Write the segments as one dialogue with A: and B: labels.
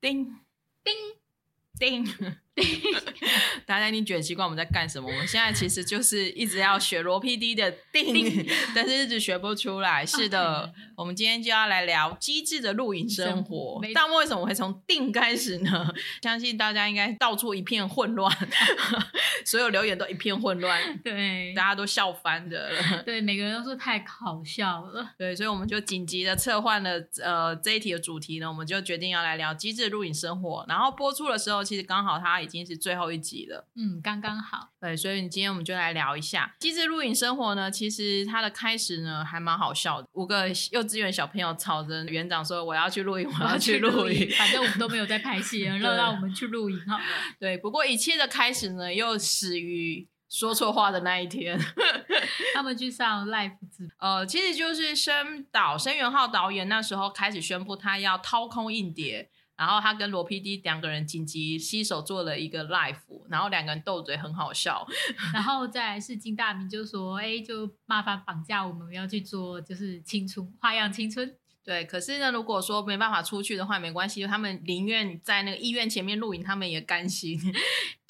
A: 叮
B: 叮
A: 叮叮，大家一定觉得奇怪我们在干什么。我们现在其实就是一直要学罗 PD 的定
B: 叮，
A: 但是一直学不出来。是的
B: OK，
A: 我们今天就要来聊机智的露营生
B: 哦生
A: 活
B: 活没。
A: 但为什么会从定开始呢？相信大家应该到处一片混乱， 所有留言都一片混乱，
B: 对
A: 大家都笑翻的了。
B: 对，每个人都说太好笑了。
A: 对，所以我们就紧急的策换了呃这一题的主题呢，我们就决定要来聊机智录影生活。然后播出的时候，其实刚好它已经是最后一集了。
B: 嗯，刚刚好。
A: 对，所以今天我们就来聊一下机智录影生活呢。其实它的开始呢还蛮好笑的，五个幼稚园小朋友吵着园长说：“我要去露营，我要去露营。”
B: 营，反正我们都没有在 拍戏，然后让我们去露营好了。
A: 对，不过一切的开始呢，又始于说错话的那一天。
B: 他们去上 live 直播，
A: 呃，其实就是申导申元浩导演那时候开始宣布他要掏空硬碟，然后他跟罗 PD 两个人紧急携手做了一个 live，然后两个人斗嘴很好笑。
B: 然后再来是金大明就说：“哎，就麻烦绑架我们，要去做就是青春花样青春。
A: 对，可是呢，如果说没办法出去的话，没关系，他们宁愿在那个医院前面露营，他们也甘心。”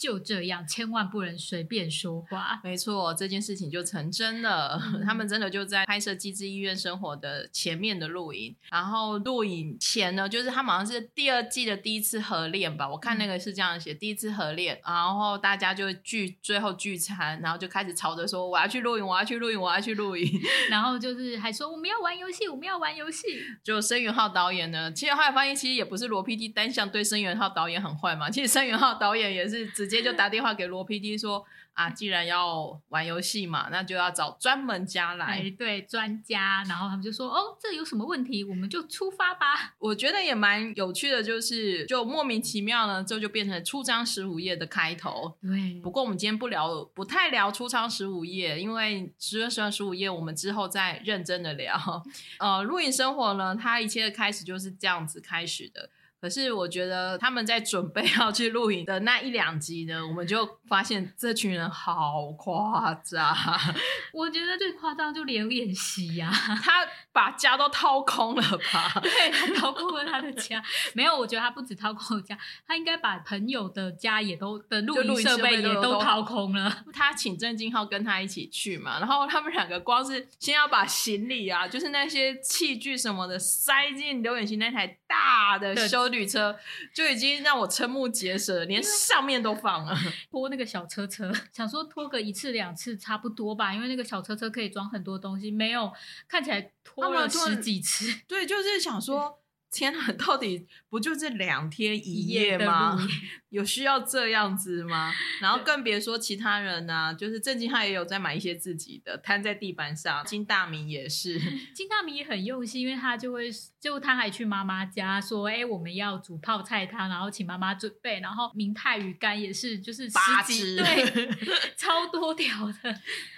B: 就这样，千万不能随便说话。
A: 没错，这件事情就成真了。
B: 嗯
A: 他们真的就在拍摄《机智医院生活》的前面的录影，然后录影前呢，就是他们好像是第二季的第一次合练吧，我看那个是这样写，第一次合练，然后大家就聚，最后聚餐，然后就开始吵着说我要去露营，我要去露营，我要去露营。
B: 然后就是还说我们要玩游戏，我们要玩游戏。
A: 就申元浩导演呢，其实后来发现，其实也不是罗 PD 单向对申元浩导演很坏嘛，其实申元浩导演也是直接就打电话给罗 PD 说。啊，既然要玩游戏嘛，那就要找专门家来。
B: 哎，对，专家，然后他们就说：“哦，这有什么问题？我们就出发吧。
A: 我觉得也蛮有趣的，就是就莫名其妙呢，这就变成了出张十五页的开头”。
B: 对
A: 不，过我们今天不聊，不太聊出张十五页，因为十二、十二、十五页我们之后再认真的聊。呃，露营生活呢，它一切的开始就是这样子开始的。可是我觉得他们在准备要去露营的那一两集呢，我们就发现这群人好夸张，
B: 我觉得最夸张就连练习呀、
A: 他把家都掏空了吧？
B: 对他掏空了他的家，没有，我觉得他不止掏空了家，他应该把朋友的家也都的
A: 就
B: 露
A: 露
B: 营
A: 营
B: 设
A: 设备
B: 备也
A: 都都
B: 都掏空了。
A: 他请郑敬浩跟他一起去嘛，然后他们两个光是先要把行李啊，就是那些器具什么的塞进刘远行那台大的
B: 对
A: 修旅车，就已经让我瞠目结舌，连上面都放了。
B: 拖那个小车车，想说拖个一次两次差不多吧，因为那个小车车可以装很多东西，没有看起来拖
A: 他
B: 了
A: 们拖了
B: 十几次
A: 对，就是想说，天哪，到底不就这两天一夜
B: 的
A: 吗
B: 露？营
A: 有需要这样子吗？然后
B: 对
A: 更别说其他人啊，就是郑敬浩也有在买一些自己的，摊在地板上，金大明也是。
B: 金大明也很用心，因为他就会，就他还去妈妈家说，哎、我们要煮泡菜汤，然后请妈妈准备，然后明太鱼干也是，就是十
A: 八
B: 几
A: 只
B: 对，超多条的，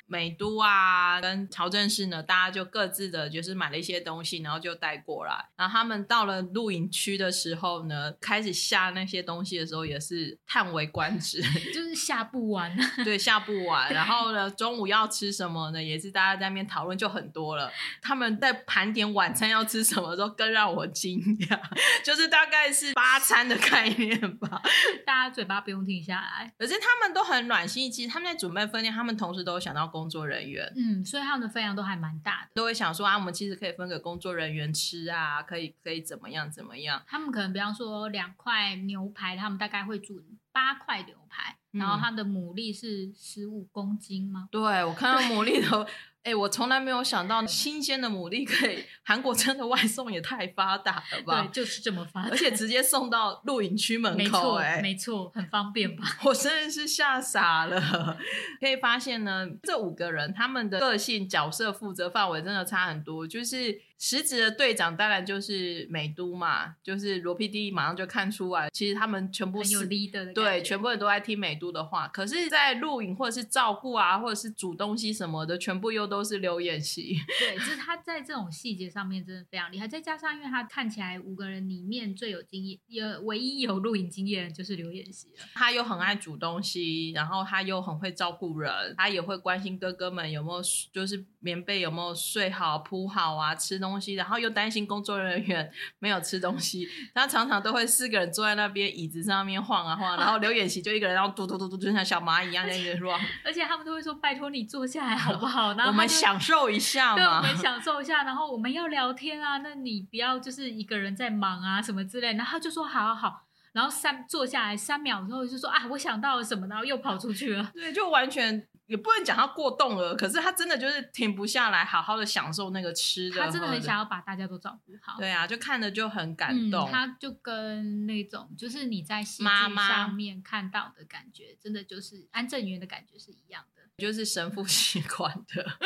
A: 美都啊跟朝政市呢，大家就各自的就是买了一些东西，然后就带过来。然后他们到了露营区的时候呢，开始下那些东西的时候也是叹为观止，
B: 就是下不完。
A: 对，下不完。然后呢，中午要吃什么呢，也是大家在那边讨论就很多了。他们在盘点晚餐要吃什么的时候，更让我惊讶， 就是大概是八餐的概念吧。
B: 大家嘴巴不用停下来，
A: 可是他们都很软性，其实他们在准备分店，他们同时都有想到工作人员。
B: 嗯，所以他们的分量都还蛮大的。嗯
A: 都会想说啊，我们其实可以分给工作人员吃啊，可以可以怎么样怎么样。
B: 他们可能比方说两块牛排，他们大概会煮八块牛排，然后
A: 嗯
B: 它的牡蛎是十五公斤吗？
A: 对我看到牡蛎头，哎、我从来没有想到新鲜的牡蛎可以，韩国真的外送也太发达了
B: 对，
A: 吧。
B: 就是这么发
A: 而且直接送到露营区门
B: 没
A: 口、
B: 错，
A: 哎，
B: 没错，很方便吧？
A: 我真的是吓傻了。 可以发现呢，这五个人他们的个性、角色、负责范围真的差很多。就是实职的队长当然就是美都嘛，就是罗 PD 马上就看出来，其实他们全部
B: 很有
A: 是
B: leader 的感
A: 对，
B: 觉
A: 全部人都在听美都的话，可是，在录影或者是照顾啊，或者是煮东西什么的，全部又都是流演戏。
B: 对，就是他在这种细节上面真的非常厉害。再加上，因为他看起来五个人里面最有经验，也唯一有露营经验的就是刘演熙了。
A: 他又很爱煮东西，然后他又很会照顾人，他也会关心哥哥们有没有就是棉被有没有睡好、铺好啊，吃东西，然后又担心工作人员 没有吃东西，他常常都会四个人坐在那边椅子上面晃啊晃，然后刘演熙就一个人，然后嘟嘟嘟嘟，就像小蚂蚁一样在那边晃。
B: 而且他们都会说：“拜托你坐下来好不好？” 然后
A: 我
B: 他
A: 们
B: 就
A: 享受一下
B: 对，我
A: 嘛。
B: 们享受一下，然后我们要聊天啊，那你不要就是一个人在忙啊什么之类，然后他就说好好好，然后三坐下来三秒之后就说啊，我想到了什么，然后又跑出去了。
A: 对，就完全也不能讲他过动了，可是他真的就是停不下来，好好的享受那个吃的。嗯
B: 他真的
A: 喝
B: 很想要把大家都照顾好。
A: 对啊，就看着就很感动。
B: 嗯，他就跟那种就是你在戏
A: 妈
B: 剧
A: 妈
B: 上面看到的感觉，真的就是安正元的感觉是一样的。
A: 就是神父喜欢 的。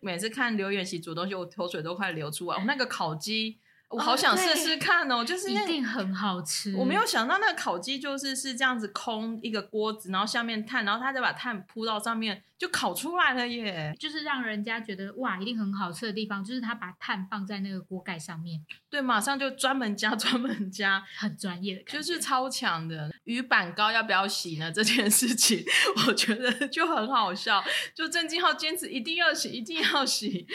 A: 每次看刘远喜煮东西，我口水都快流出来。我那个烤鸡，我好想试试看哦，就是
B: 哦一
A: 那
B: 定很好吃，
A: 我没有想到那个烤鸡就是是这样子空一个锅子，然后下面炭，然后他再把炭铺到上面，就烤出来了耶。
B: 就是让人家觉得哇，一定很好吃的地方，就是他把碳放在那个锅盖上面，
A: 对，马上就专门加专门加，
B: 很专业的感觉，
A: 就是超强的。鱼板膏要不要洗呢？这 件事情，我觉得就很好笑。就郑敬浩坚持一定要洗，一定要洗。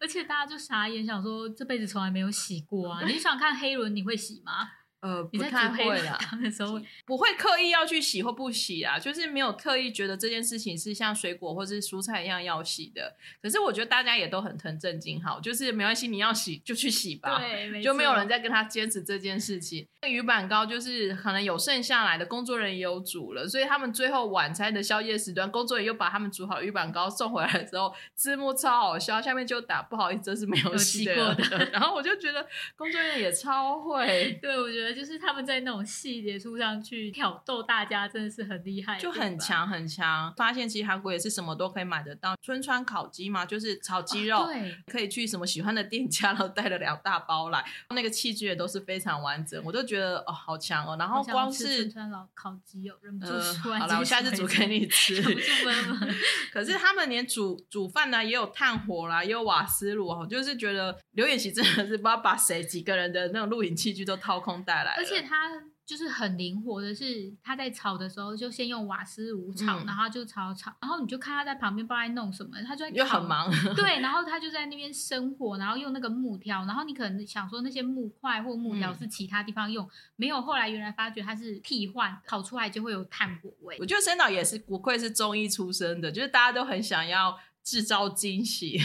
B: 而且大家就傻眼，想说这辈子从来没有洗过啊！你想看黑轮，你会洗吗？
A: 呃，不
B: 你在
A: 太
B: 煮黑
A: 会
B: 轮
A: 啦。
B: 汤的时候，
A: 不会刻意要去洗或不洗啊，就是没有刻意觉得这件事情是像水果或是蔬菜一样要洗的。可是我觉得大家也都很疼郑敬浩，就是没关系，你要洗就去洗吧。
B: 对，没
A: 就没有人
B: 在。
A: 再跟他坚持这件事情。那鱼板糕就是可能有剩下来的，工作人员也有煮了，所以他们最后晚餐的宵夜时段，工作人员又把他们煮好的鱼板糕送回来的时候，字幕超好笑，下面就打不好意思，这是没有
B: 有
A: 洗
B: 洗过
A: 的。 然后我就觉得工作人员也超会，
B: 对，我觉得就是他们在那种细节处上去挑逗大家，真的是很厉害，
A: 就很。强很强。发现其实韩国也是什么都可以买得到，春川烤鸡嘛，就是炒鸡肉。
B: 对，
A: 可以去什么喜欢的店家，然后带了两大包来，那个器具也都是非常完整，我都觉得哦好强哦。然后
B: 好想要
A: 光
B: 吃
A: 是
B: 春川老烤鸡哦，忍不住
A: 呃，
B: 突然
A: 好了，我下次煮给 你吃
B: 忍。不住闷 闷。
A: 可是他们连煮煮饭呢、也有炭火啦，也有瓦斯炉哦，就是觉得刘演习真的是不知道把谁几个人的那种录影器具都掏空带来了
B: 而且他就是很灵活的是，他在炒的时候就先用瓦斯炉炒，
A: 嗯
B: 然后就炒炒，然后你就看他在旁边不知道在弄什么，他就在
A: 又
B: 烤
A: 很忙，
B: 对，然后他就在那边生火，然后用那个木条，然后你可能想说那些木块或木条
A: 嗯
B: 是其他地方用，没有，后来原来发觉它是替换，烤出来就会有炭火 味
A: 我。觉得沈导也是不愧是中医出身的，就是大家都很想要制造惊喜。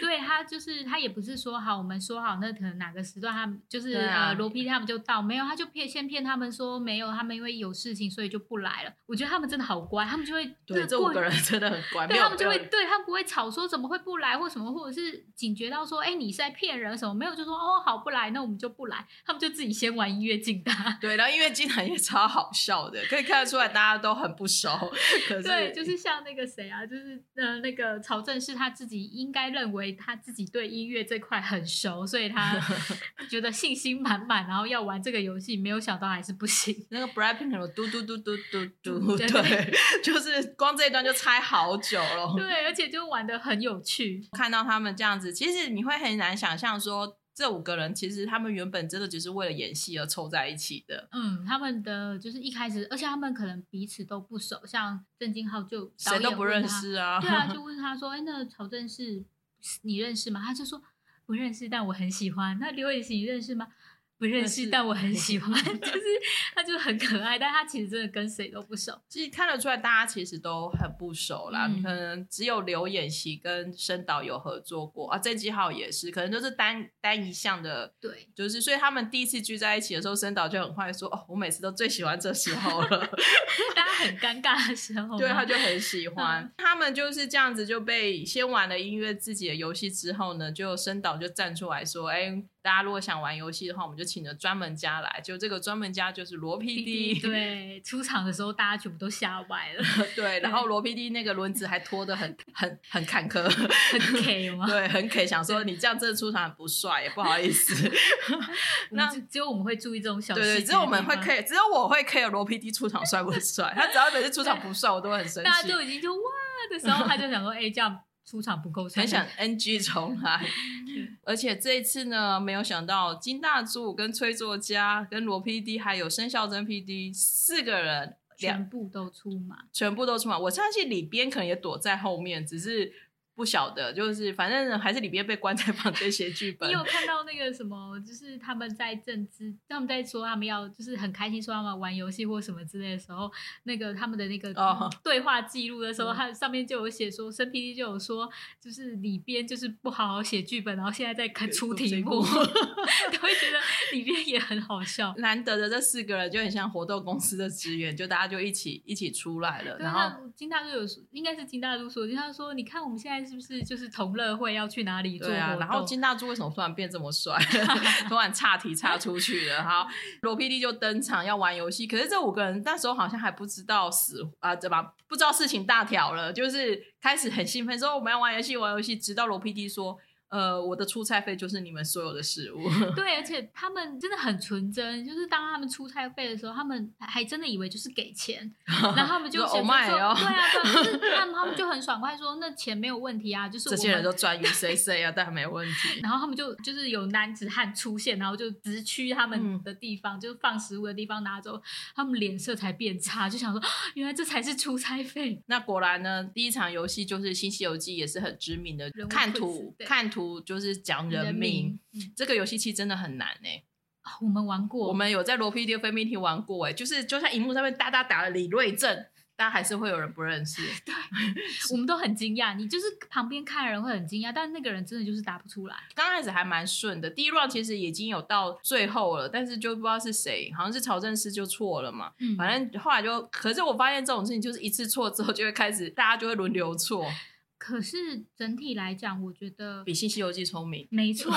B: 对，他就是他也不是说好，我们说好那可能哪个时段他们就是、
A: 对啊
B: 呃罗 PD 他们就到，没有他就骗先骗他们说没有，他们因为有事情所以就不来了。我觉得他们真的好乖，他们就会
A: 对，这五个。人真的很乖，没
B: 对
A: 有
B: 他们就会
A: 没有
B: 对他们不会吵说怎么会不来或什么，或者是警觉到说哎、你是在骗人什么没有就说哦好不来那我们就不来，他们就自己先玩音乐竞答。
A: 对，然后因为金南也超好笑的，可以看得出来大家都很不熟。可是
B: 对，就是像那个谁啊，就是呃那个曹正是他自己应该认为他自己对音乐这块很熟，所以 他觉得信心满满，然后要玩这个游戏，没有想到还是 不行。
A: 那个 Blackpink 有嘟嘟嘟嘟 嘟嘟，
B: 对
A: 对， 就是光这一段就猜好久了。
B: 对，而且就玩的很有趣，
A: 看到他们这样子，其实你会很难想象说，这五个人其实他们原本真的只是为了演戏而凑在一起的，
B: 嗯，他们的就是一开始，而且他们可能彼此都不熟，像郑敬浩就导
A: 谁
B: 演
A: 都不
B: 问
A: 认
B: 他
A: 识啊。
B: 对啊，就问他说：“哎、那曹正是你认识吗？”他就说：“不认识，但我很喜欢。”那刘也行你认识吗？不认
A: 认
B: 识，
A: 识
B: 但我很喜欢。就是他就很可爱，但他其实真的跟谁都不熟。
A: 其实看得出来，大家其实都很不熟啦。
B: 嗯
A: 可能只有刘演习跟申导有合作过啊，郑继浩也是，可能都是单单一项的，
B: 对，
A: 就是所以他们第一次聚在一起的时候，申导就很快说：“哦，我每次都最喜欢这时候了。”
B: 大家很尴尬的时候，
A: 对，他就很喜欢。他们就是这样子就被先玩了音乐自己的游戏之后呢，就申导就站出来说：“哎、大家如果想玩游戏的话，我们就请了专门家来。”就这个专门家就是罗 PD，
B: PD 对出场的时候，大家全部都吓歪 了，
A: 对，然后罗 PD 那个轮子还拖得 很很很坎坷，
B: 很 K 吗？
A: 对，很 K，想说你这样真的出场很不帅，也不好意 思。
B: 我们只只有我们会注意这种小
A: 对
B: 事
A: 对，
B: 情，
A: 只有我们会 K，只有我会 K 罗 PD 出场帅不帅，他只要每次出场不帅，我都会很生
B: 大家
A: 气。
B: 都已经就哇的时候，他就想说：“哎、这样出场不够
A: 很
B: 深，
A: 想 NG 重来。而且这一次呢，没有想到金大柱、跟崔作家、跟罗 PD 还有申孝真 PD 四个人两
B: 全部都出马。
A: 全部都出马。我相信里边可能也躲在后面，只是不晓得，就是反正还是里边被关在旁边写剧本
B: 你。有看到那个什么，就是他们在政治，他们在说他们要就是很开心，说他们玩游戏或什么之类的时候，那个他们的那个
A: 哦
B: 对话记录的时候，
A: 嗯
B: 他、上面就有写说，生 PD 就有说，就是里边就是不好好写剧本，然后现在在看出题目，
A: 出题
B: 都会觉得里边也很 好笑。
A: 难得的这四个人就很像活动公司的职员，就大家就一起一起出来了，
B: 对
A: 然
B: 啊，
A: 后。
B: 那金大柱有说，应该是金大柱说，金大柱说，你看我们现在是不是就是同乐会要去哪里做活
A: 对
B: 动？
A: 啊，然后金大柱为什么突然变这么帅？ 突然岔题岔出去了。好，罗 PD 就登场要玩游戏，可是这五个人那时候好像还不知道死啊，怎么不知道事情大条了？就是开始很兴奋说我们要玩游戏玩游戏，直到罗 PD 说。呃，我的出差费就是你们所有的事物，
B: 对，而且他们真的很纯真，就是当他们出差费的时候，他们还真的以为就是给 钱，然后他们就
A: 说
B: 写
A: “Oh
B: 出
A: my
B: 说
A: 哦
B: 对啊，对啊，就是他们他们就很爽快说那钱没有问题啊，就是我
A: 这
B: 们
A: 些人都专于谁谁啊，但没问题。
B: 然后他们就就是有男子汉出现，然后就直驱他
A: 嗯
B: 们的地方，就是放食物的地方拿走，他们脸色才变差，就想说原来这才是出差费。
A: 那果然呢，第一场游戏就是《新西游记》，也是很知名的
B: 人物
A: 看
B: quiz，
A: 图，
B: 对
A: 看图就是讲人命。
B: 嗯
A: 这个游戏其实真的很难哎、
B: 啊我们玩过，
A: 我们有在罗 PD 分命题玩过哎、就是就算荧幕上面大大打了李瑞正，大家还是会有人不认识。
B: 我们都很惊讶，你就是旁边看的人会很惊讶，但那个人真的就是答不出来。
A: 刚开始还蛮顺的，第一 round 其实已经有到最后了，但是就不知道是谁，好像是曹正师就错了嘛。
B: 嗯，
A: 反正后来就，可是我发现这种事情就是一次错之后就会开始，大家就会轮流错，
B: 可是整体来讲，我觉得
A: 比《新西游记》聪明。
B: 没错。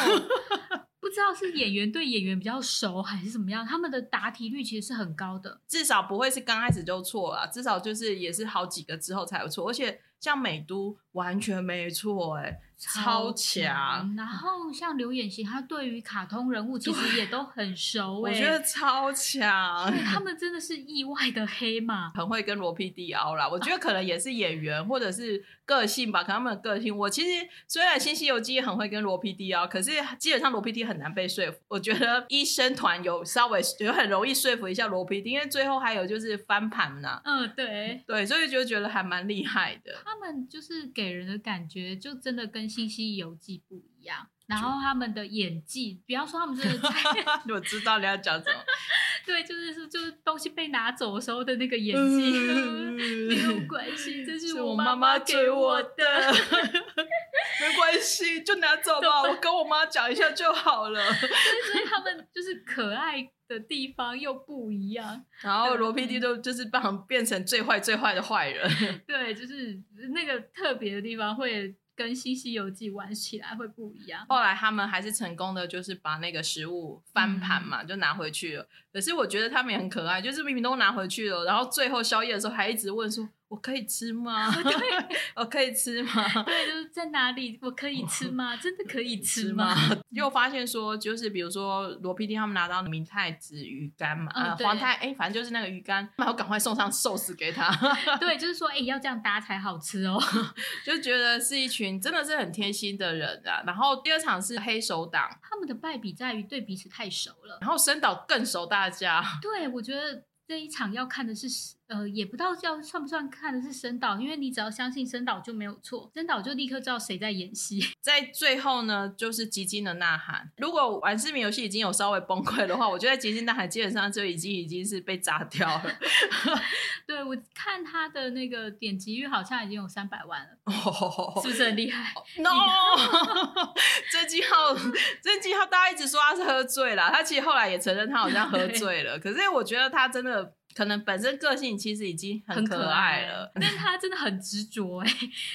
B: 不知道是演员对演员比较熟还是怎么样，他们的答题率其实是很高的。
A: 至少不会是刚开始就错啦，至少就是也是好几个之后才有错，而且像美都完全没错、欸，哎，超强。
B: 然后像刘演行，他对于卡通人物其实也都很熟
A: 我
B: 哎、
A: 觉得超 强
B: 对，他们真的是意外的黑马。
A: 很会跟罗 PD 凹啦。我觉得可能也是演员或者是个性吧，可能他们的个性。我其实虽然《新西游记》很会跟罗 PD 凹，可是基本上罗 PD 很难被说服。我觉得医生团有稍微有很容易说服一下罗 PD，因为最后还有就是翻盘呐、
B: 嗯，对，
A: 对，所以就觉得还蛮厉害的。
B: 他们就是给人的感觉，就真的跟《新西游记》不一样。然后他们的演技，不要说他们真的在
A: 我知道你要讲什么。
B: 对，就是是就是东西被拿走的时候的那个演技。没有
A: 嗯
B: 关系，这
A: 是
B: 是
A: 我
B: 我
A: 妈
B: 妈
A: 妈
B: 给
A: 给我
B: 我。
A: 的， 没关系，就拿走 吧，我跟我妈讲一下就好了。
B: 所以他们就是可爱的地方又不一样。
A: 然后罗 PD 都就是帮变成最坏最坏的坏人，
B: 对，就是那个特别的地方会跟《新西游记》玩起来会不一样。
A: 后来他们还是成功的，就是把那个食物翻盘嘛，就拿回去了。可是我觉得他们也很可爱，就是明明都拿回去了，然后最后宵夜的时候还一直问说：“我可以吃吗？我可以吃吗？”
B: 对，就是在哪里我可以吃 吗？真的可以吃
A: 吃
B: 吗
A: 吗？？ 又发现说，就是比如说罗 PD 他们拿到明太子鱼干嘛，
B: 嗯
A: 呃，
B: 对
A: 皇太哎、反正就是那个鱼干，然后赶快送上寿司给他，
B: 对，就是说，哎、要这样搭才好吃哦。
A: 就觉得是一群真的是很贴心的人啊。然后第二场是黑手党，
B: 他们的败笔在于对彼此太熟了。
A: 然后深岛更熟大家，
B: 对，我觉得这一场要看的是，呃，也不知道要算不算看的是深岛，因为你只要相信深岛就没有错，深岛就立刻知道谁在演戏。
A: 在最后呢，就是极尽的呐喊。如果玩市民游戏已经有稍微崩溃的话，我觉得极尽呐喊基本上就已经已经是被炸掉 了。
B: 对我看他的那个点击率好像已经有三百万了，
A: 哦
B: 是不是很厉害？
A: No，曾金浩，曾金浩，大家一直说他是喝醉了，他其实后来也承认他好像喝醉了。可是我觉得他真的可能本身个性其实已经很
B: 可
A: 可爱了，，
B: 但他真的很执着哎、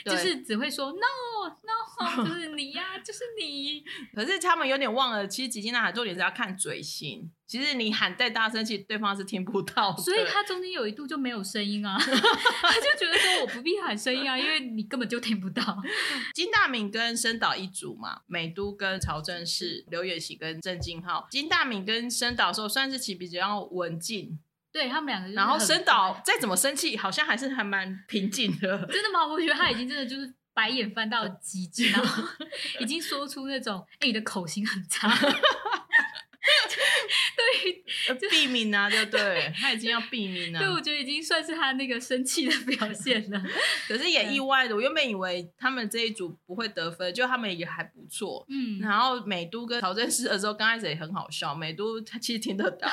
A: 对
B: 就是只会说 no no，就是 你呀、就是你。
A: 可是他们有点忘了，其实极尽呐喊重点是要看嘴型。其实你喊再大声，其实对方是听不到的。
B: 所以他中间有一度就没有声音啊， 他就觉得说我不必喊声音啊，因为你根本就听不到。
A: 金大明跟深岛一组嘛，美都跟曹正
B: 嗯
A: 奭、刘远喜跟郑敬浩。金大明跟深岛的时候算是其实比较文静，
B: 对他们两个就是很，
A: 然后深岛再怎么生气，好像还是还蛮平静的。
B: 真的吗？我觉得他已经真的就是。白眼翻到极致，然后 已经说出那种“哎、你的口型很差”，
A: 呃避免啊，对不对？他已经要避免
B: 对，我
A: 了，
B: 觉得已经算是他那个生气的表现了。
A: 可是也意外的，我原本以为他们这一组不会得分，就他们也还不错。
B: 嗯，
A: 然后美都跟曹正师的时候，刚开始也很好笑，美都他其实听得到，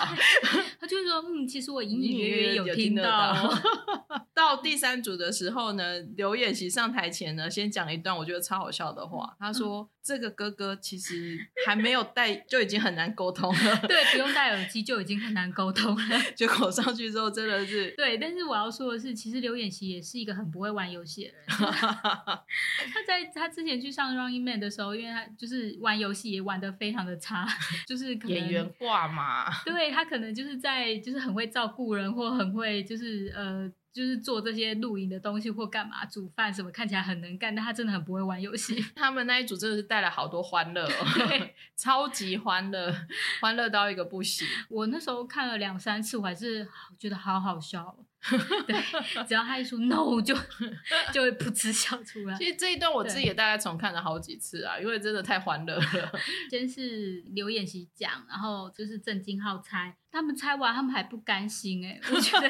B: 他就说：“嗯，其实我隐隐约约有
A: 听
B: 到哦。
A: 到。 到第三组的时候呢，刘演习上台前呢，先讲了一段我觉得超好笑的话。他说：“这个哥哥其实还没有戴，就已经很难沟通 了。
B: 对，不用戴耳机就已经很难沟通了。”
A: 结果上去之后，真的是
B: 对，但是我要说的是，其实刘演习也是一个很不会玩游戏 的人。他在他之前去上 Running Man 的时候，因为他就是玩游戏也玩的非常的差， 就是可能
A: 演员化嘛。
B: 对他可能就是在就是很会照顾人，或很会就是呃就是做这些露营的东西或干嘛煮饭什么，看起来很能干，但他真的很不会玩游戏。
A: 他们那一组真的是带了好多欢乐、哦
B: 对，
A: 超级欢乐，欢乐到一个不行。
B: 我那时候看了两三次，我还是觉得好好笑哦、 对，只要他一说 no 就就会噗嗤笑出来。
A: 其实这一段我自己也大概重看了好几次啊，因为真的太欢乐了。
B: 先是刘演习讲，然后就是郑敬浩猜，他们猜完他们还不甘心哎、我觉得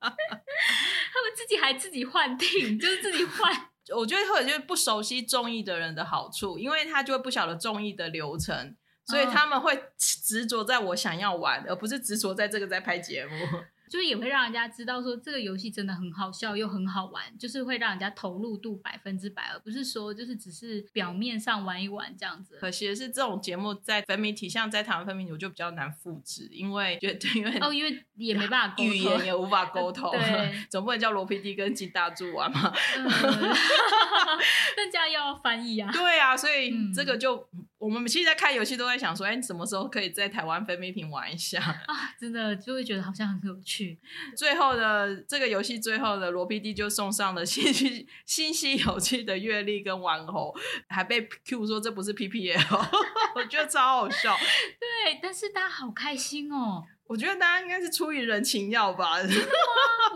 B: 他们自己还自己换听，就是自己换，
A: 我觉得会有就是不熟悉综艺的人的好处，因为他就会不晓得综艺的流程，所以
B: 嗯
A: 他们会执着在我想要玩，而不是执着在这个在拍节目。
B: 就是也会让人家知道说这个游戏真的很好笑又很好玩，就是会让人家投入度百分之百，而不是说就是只是表面上玩一玩这样子。
A: 可惜的是，这种节目在分媒体，像在台湾分媒体，我就比较难复制，因为 觉得因为
B: 哦，因为也没办法沟通
A: 语言也无法沟通
B: 对，
A: 总不能叫罗 PD 跟金大柱玩嘛。
B: 嗯 那这样要翻译啊。
A: 对啊，所以
B: 嗯
A: 这个就、我们其实，在看游戏都在想说，哎、你什么时候可以在台湾分媒体玩一下？
B: 啊，真的就会觉得好像很有趣，
A: 最后呢，这个游戏最后的罗 PD 就送上了新 西新西有趣的阅历跟玩偶，还被 Q 说这不是 PPL，我 觉得超好笑。
B: 对，但是大家好开心哦，
A: 我觉得大家应该是出于人情要吧。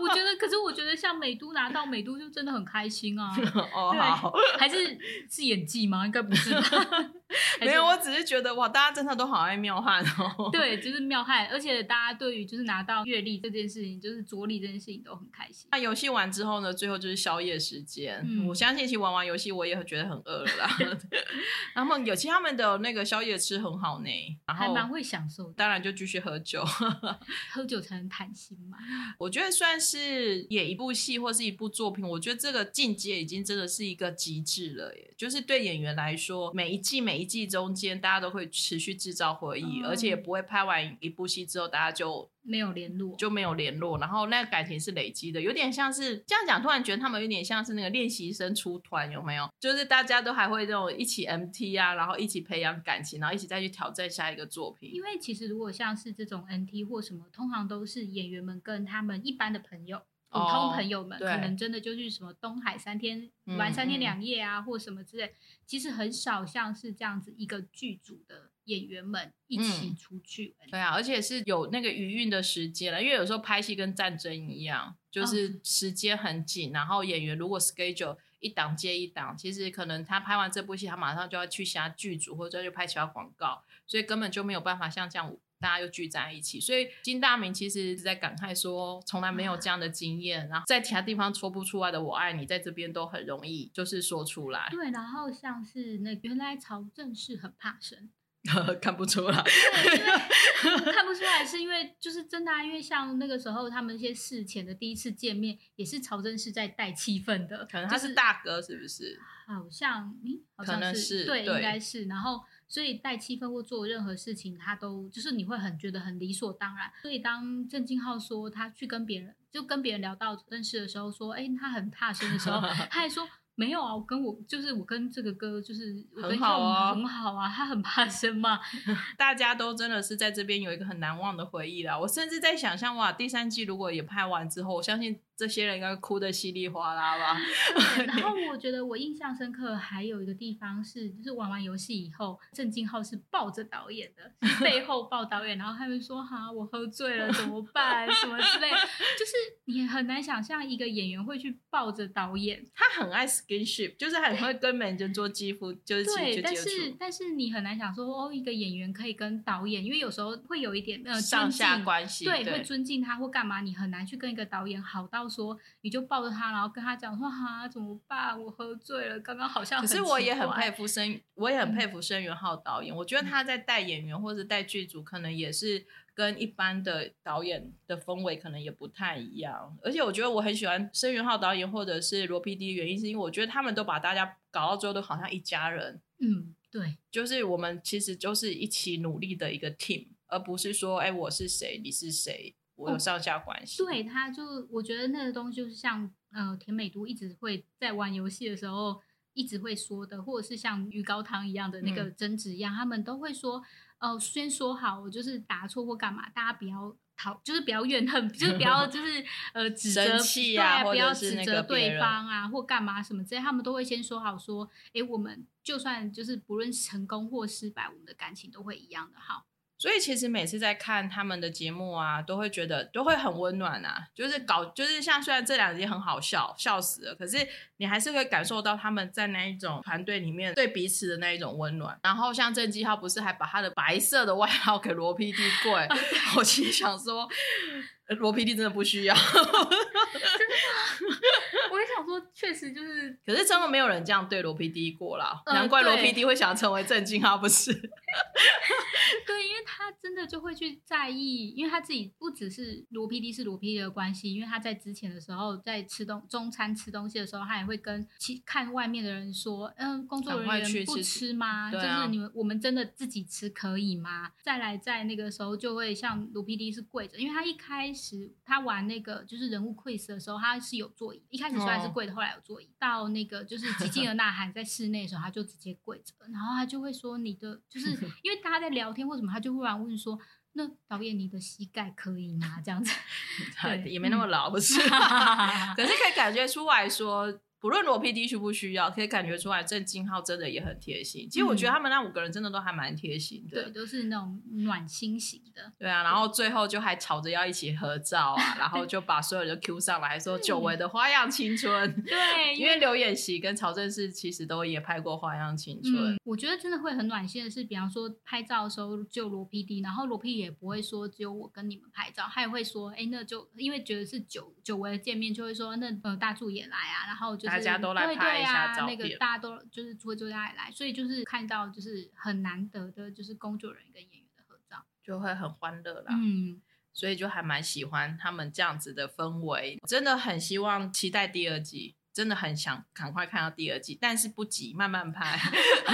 B: 我觉得，可是我觉得像美都拿到美都就真的很开心 啊。
A: 哦，
B: 对
A: 好，
B: 还是是演技吗？应该不是吧？ 还是
A: 没有，我只是觉得哇，大家真的都好爱妙汉哦。
B: 对，就是妙汉，而且大家对于就是拿到阅历这件事情，就是着力这件事情都很开心。
A: 那游戏完之后呢，最后就是宵夜时间。
B: 嗯
A: 我相信，其实玩完游戏我也觉得很饿了 啦。然后有其他们的那个宵夜吃很好呢，然
B: 还
A: 后
B: 蛮会享受的，
A: 当然就继续喝酒。
B: 喝酒才能谈心嘛。
A: 我觉得算是演一部戏或是一部作品，我觉得这个境界已经真的是一个极致了耶。就是对演员来说，每一季每一季中间，大家都会持续制造回忆，
B: 嗯
A: 而且也不会拍完一部戏之后大家就
B: 没有联络，
A: 就没有联络，然后那个感情是累积的，有点像是这样讲，突然觉得他们有点像是那个练习生出团，有没有？就是大家都还会这种一起 MT 啊，然后一起培养感情，然后一起再去挑战下一个作品
B: 因。为其实如果像是这种 NT 或什么，通常都是演员们跟他们一般的朋友。普
A: 哦
B: 通朋友们、
A: 对
B: 可能真的就去什么东海三天、
A: 嗯
B: 玩三
A: 嗯
B: 天两夜啊，或什么之类。其实很少像是这样子一个剧组的演员们一起
A: 嗯
B: 出去玩。
A: 对啊，而且是有那个余韵的时间了，因为有时候拍戏跟战争一样，
B: 嗯
A: 就是时间很紧，然后演员如果 schedule 一档接一档，其实可能他拍完这部戏，他马上就要去其他剧组或者要去拍其他广告，所以根本就没有办法像这样大家又聚在一起。所以金大明其实一直在感慨说，从来没有这样的经验，然后在其他地方说不出来的“我爱你”，在这边都很容易就是说出来，
B: 对，然后像是那原来曹正是很怕生，
A: 看不出来。
B: 看不出来是因为就是真的、啊，因为像那个时候他们一些事前的第一次见面，也是曹正是在带气氛的，
A: 可能他
B: 就是
A: 大哥，是不是？
B: 好像，嗯，好
A: 可能
B: 像
A: 是
B: 对，
A: 对
B: 应该是。然后，所以带气氛或做任何事情，他都就是你会很觉得很理所当然。所以当郑敬浩说他去跟别人就跟别人聊到认识的时候，说，哎、他很怕生的时 候，他还说。没有啊，我跟我就是我跟这个哥就是我
A: 很
B: 跟
A: 好啊
B: 耀武很好啊，他很怕生嘛，
A: 大家都真的是在这边有一个很难忘的回忆啦。我甚至在想象，哇，第三季如果也拍完之后，我相信这些人应该哭的稀里哗啦吧？
B: 对然后我觉得我印象深刻还有一个地方是，就是玩完游戏以后，郑敬浩是抱着导演的，是背后抱导演，然后他们说哈我喝醉了怎么 办什么之类的，就是你很难想象一个演员会去抱着导演，
A: 他很爱 skinship，就是很会跟每人做肌肤，就是
B: 对，
A: 接
B: 但
A: 接
B: 是
A: 触。
B: 但是你很难想说哦一个演员可以跟导演，因为有时候会有一点呃
A: 上下
B: 尊敬
A: 关系，
B: 对，会尊敬他或干嘛，你很难去跟一个导演好到说，你就抱着他，然后跟他讲说哈，怎么办？我喝醉了，刚刚好像
A: 可
B: 很
A: 是我也很
B: 奇怪
A: 佩服申，我也
B: 嗯
A: 很佩服申元浩导演。我觉得他在带演员或者带剧组，可能也是跟一般的导演的氛围可能也不太一样。而且我觉得我很喜欢申元浩导演或者是罗 PD，原因是因为我觉得他们都把大家搞到最后都好像一家人，
B: 嗯，对，
A: 就是我们其实就是一起努力的一个 team，而不是说哎我是谁，你是谁，我有
B: 哦
A: 上下关系。
B: 对，他就我觉得那个东西就是像呃甜美都一直会在玩游戏的时候一直会说的，或者是像鱼高汤一样的那个
A: 嗯
B: 争执一样，他们都会说呃先说好，我就是答错或干嘛，大家不要。讨就是不要怨恨， 就是不要就是呃指责
A: 生气
B: 对
A: 啊
B: 啊，
A: 或
B: 不要
A: 者是
B: 指
A: 那
B: 责
A: 个别
B: 对
A: 人
B: 方啊或干嘛什么之类，他们都会先说好说，诶，我们就算就是不论成功或失败，我们的感情都会一样的 好。
A: 所以其实每次在看他们的节目啊，都会觉得都会很温暖啊，就是搞就是像虽然这两集很好笑，笑死了，可是你还是会感受到他们在那一种团队里面对彼此的那一种温暖。然后像郑基浩不是还把他的白色的外号给罗 PD 跪，我心想说。呃罗 PD 真的不需要，
B: 我也想说，确实就是
A: 可是真的没有人这样对罗 PD 过啦，
B: 呃
A: 难怪罗
B: 对
A: PD 会想成为郑敬浩，不是？
B: 对，因为他真的就会去在意，因为他自己不只是罗 PD 是罗 PD 的关系，因为他在之前的时候，在吃东中餐吃东西的时候，他也会跟其看外面的人说，嗯，工作
A: 赶快
B: 人
A: 去
B: 员不
A: 吃
B: 吃吗？
A: 对啊
B: 就是你们我们真的自己吃可以吗？再来，在那个时候就会像罗 PD 是跪着，因为他一开始他玩那个就是人物 quiz 的时候，他是有座椅，一开始虽然是
A: 哦
B: 跪着，后来有座椅。到那个就是极 尽的呐喊在室内的时候，他就直接跪着，然后他就会说你的就是 因为大家在聊天或什么，他就忽然问说。那导演，你的膝盖可以吗？这样子， 对
A: 也没那么老，不 是？可是可以感觉出来说，不论罗 PD 需不需要，可以感觉出来郑敬浩真的也很贴心。其实我觉得他们那五个人真的都还蛮贴心的。
B: 嗯对，都是那种暖心型的。
A: 对啊，然后最后就还吵着要一起合照啊，然后就把所有人都 Q 上来，说
B: 嗯
A: 久违的花样青 春。
B: 对，
A: 因为刘演习跟曹正奭其实都也拍过《花样青春》
B: 嗯，我觉得真的会很暖心的是，比方说拍照的时候就罗 PD，然后罗 PD 也不会说只有我跟你们拍照，他也会说，哎，那就因为觉得是久久违的见面，就会说那呃大柱也来啊，然后就是
A: 大家都来拍一下照
B: 对
A: 片
B: 对啊，那个大家都就是会就大家也来，所以就是看到就是很难得的，就是工作人员跟演员的合照，
A: 就会很欢乐啦。
B: 嗯，
A: 所以就还蛮喜欢他们这样子的氛围，真的很希望期待第二季，真的很想赶快看到第二季，但是不急，慢慢拍。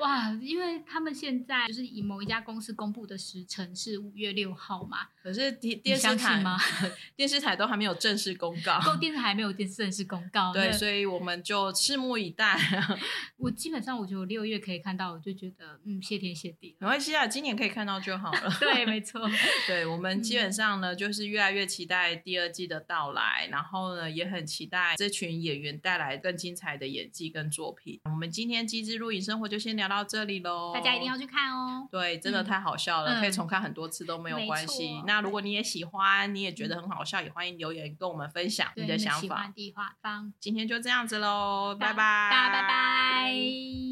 B: 哇，因为他们现在就是以某一家公司公布的时辰是五月六号嘛，
A: 可是电电视
B: 相信
A: 台
B: 吗
A: 电视台都还没有正式公告，
B: 够电视还没有电视正式公告，
A: 对，
B: 那
A: 所以我们就拭目以待。
B: 我基本上我觉得我六月可以看到，我就觉得嗯，谢天谢地了。
A: 没关系啊，今年可以看到就好了。
B: 对，没错，
A: 对我们基
B: 嗯
A: 本上呢，就是越来越期待第二季的到来，然后呢，也很期待这群演员带来更精彩的演技跟作品。我们今天《机智录影生活》就先聊到这里喽，
B: 大家一定要去看哦。
A: 对，真的
B: 嗯
A: 太好笑了，
B: 嗯
A: 可以重看很多次都没有
B: 没
A: 关系
B: 错。嗯
A: 那如果你也喜欢，你也觉得很好笑，也欢迎留言跟我们分享
B: 对
A: 的
B: 你们
A: 想
B: 喜
A: 法
B: 欢。地方，
A: 今天就这样子喽，拜拜，
B: 大家拜拜。